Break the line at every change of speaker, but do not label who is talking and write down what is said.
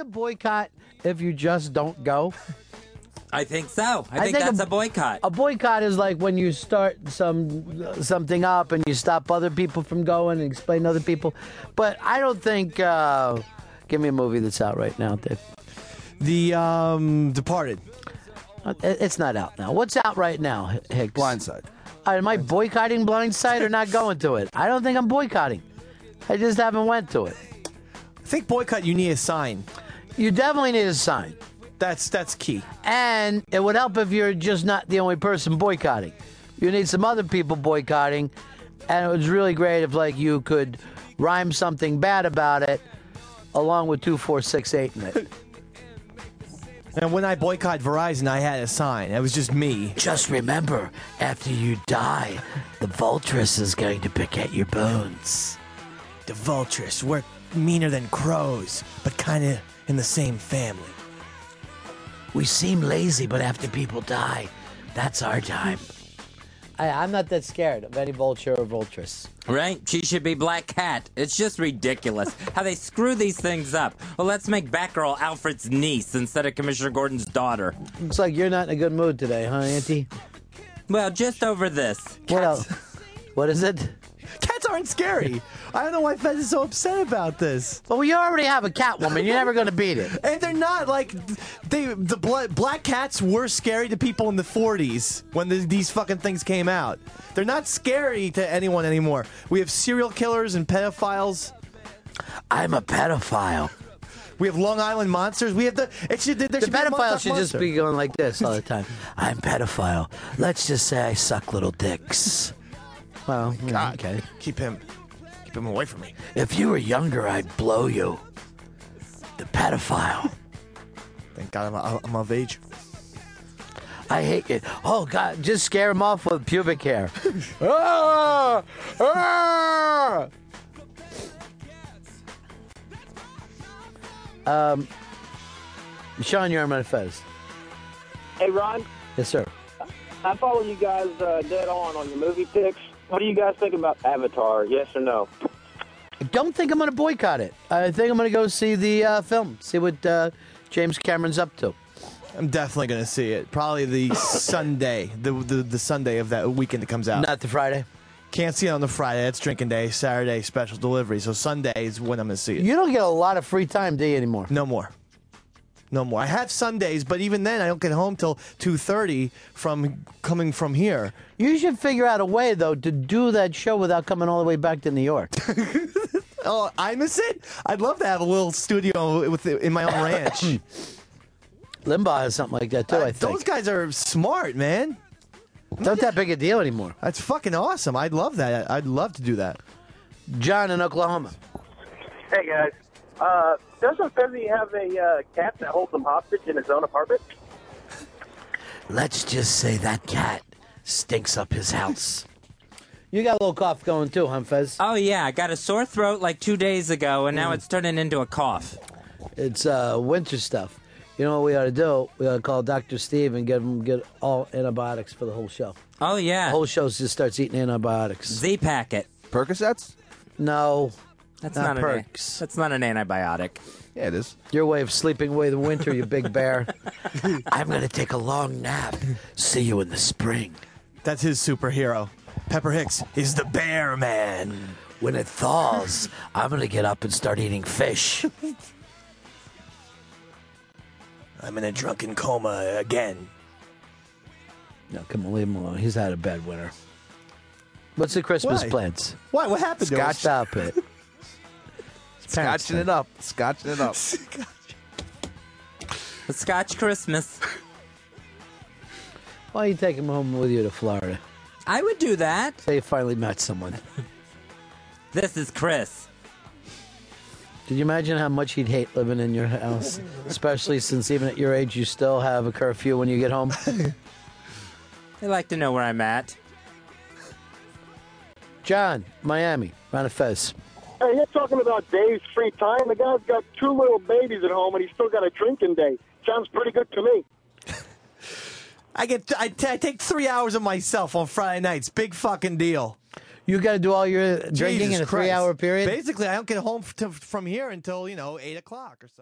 a boycott if you just don't go?
I think so. I,
I
think,
think
that's
a-
a, boycott.
A boycott is like when you start some something up and you stop other people from going and explain to other people. But I don't think. Uh, give me a movie that's out right now, Dave.
The um, Departed.
Uh, it- It's not out now. What's out right now, H- Hicks?
Blindside.
Uh, Am I boycotting Blindside or not going to it? I don't think I'm boycotting. I just haven't went to it.
I think boycott. You need a sign.
You definitely need a sign.
That's that's key.
And it would help if you're just not the only person boycotting. You need some other people boycotting. And it was really great if like you could rhyme something bad about it along with two four six eight in it.
And when I boycott Verizon, I had a sign. It was just me.
Just remember, after you die, the vulturess is going to pick at your bones.
The vultures were meaner than crows, but kind of in the same family.
We seem lazy, but after people die, that's our time. I, I'm not that scared of any vulture or vulturess.
Right? She should be Black Cat. It's just ridiculous how they screw these things up. Well, let's make Batgirl Alfred's niece instead of Commissioner Gordon's daughter.
Looks like you're not in a good mood today, huh, Auntie?
Well, just over this.
What else? What is it?
Cats aren't scary. I don't know why Fez is so upset about this.
Well, you already have a Catwoman. You're never going to beat it.
And they're not like they the blood, black cats were scary to people in the 40s when the, these fucking things came out. They're not scary to anyone anymore. We have serial killers and pedophiles.
I'm a pedophile.
We have Long Island monsters. We have the it should there
The
should be a
pedophile
Montauk
should just
Monster.
be going like this all the time. I'm pedophile. Let's just say I suck little dicks. Well, mm,
God,
okay.
Keep him keep him away from me.
If you were younger, I'd blow you. The pedophile.
Thank God I'm, I'm of age.
I hate it. Oh God, just scare him off with pubic hair. ah, ah! Um, Um, Sean, you're on my fez.
Hey, Ron,
Yes, sir.
I follow you guys uh, dead on on your movie picks. What do you guys think about Avatar? Yes or no?
I don't think I'm going to boycott it. I think I'm going to go see the uh, film, see what uh, James Cameron's up to.
I'm definitely gonna see it. Probably the Sunday, the, the the Sunday of that weekend that comes out.
Not the Friday.
Can't see it on the Friday. That's drinking day. Saturday special delivery. So Sunday is when I'm gonna see it.
You don't get a lot of free time, do you, anymore?
No more. No more. I have Sundays, but even then, I don't get home till two thirty from coming from here.
You should figure out a way, though, to do that show without coming all the way back to New York.
Oh, I miss it. I'd love to have a little studio with in my own ranch.
Limbaugh has something like that, too, I
Those
think.
guys are smart, man.
Not that big a deal anymore.
That's fucking awesome. I'd love that. I'd love to do that.
John in Oklahoma.
Hey, guys. Uh, doesn't Fezzi have a uh, cat that holds him hostage in his own apartment?
Let's just say that cat stinks up his house. You got a little cough going too, huh, Fez?
Oh, yeah, I got a sore throat like two days ago, and now it's turning into a cough.
It's uh, winter stuff. You know what we ought to do? We ought to call Dr. Steve and give him get all antibiotics for the whole show.
Oh,
The
yeah.
whole show just starts eating antibiotics.
Z packet.
Percocets?
No,
That's
Not
not, an an,
perks.
that's not an antibiotic.
Yeah, it is.
your way of sleeping away the winter, you big bear. I'm going to take a long nap. See you in the spring.
That's his superhero. Pepper Hicks is the bear man.
When it thaws, I'm going to get up and start eating fish.
I'm in a drunken coma again.
No, come on, leave him alone. He's had a bad winter. What's the Christmas
Why?
plans?
What? What happened to
Scotch
us?
Stop it.
Scotching it up. Scotching it up.
A Scotch Christmas.
Why you take him home with you to Florida?
I would do that.
They finally met someone.
This is Chris.
Did you imagine how much he'd hate living in your house? Especially since even at your age, you still have a curfew when you get home.
They like to know where I'm at.
John, Miami, Ron and Fez.
Hey, you're talking about Dave's free time. The guy's got two little babies at home, and he's still got a drinking day. Sounds pretty good to me.
I get I, t- I take three hours of myself on Friday nights. Big fucking deal.
You got to do all your drinking
Jesus
in a
Christ.
three hour period?
Basically, I don't get home f- to, from here until you know eight o'clock or so.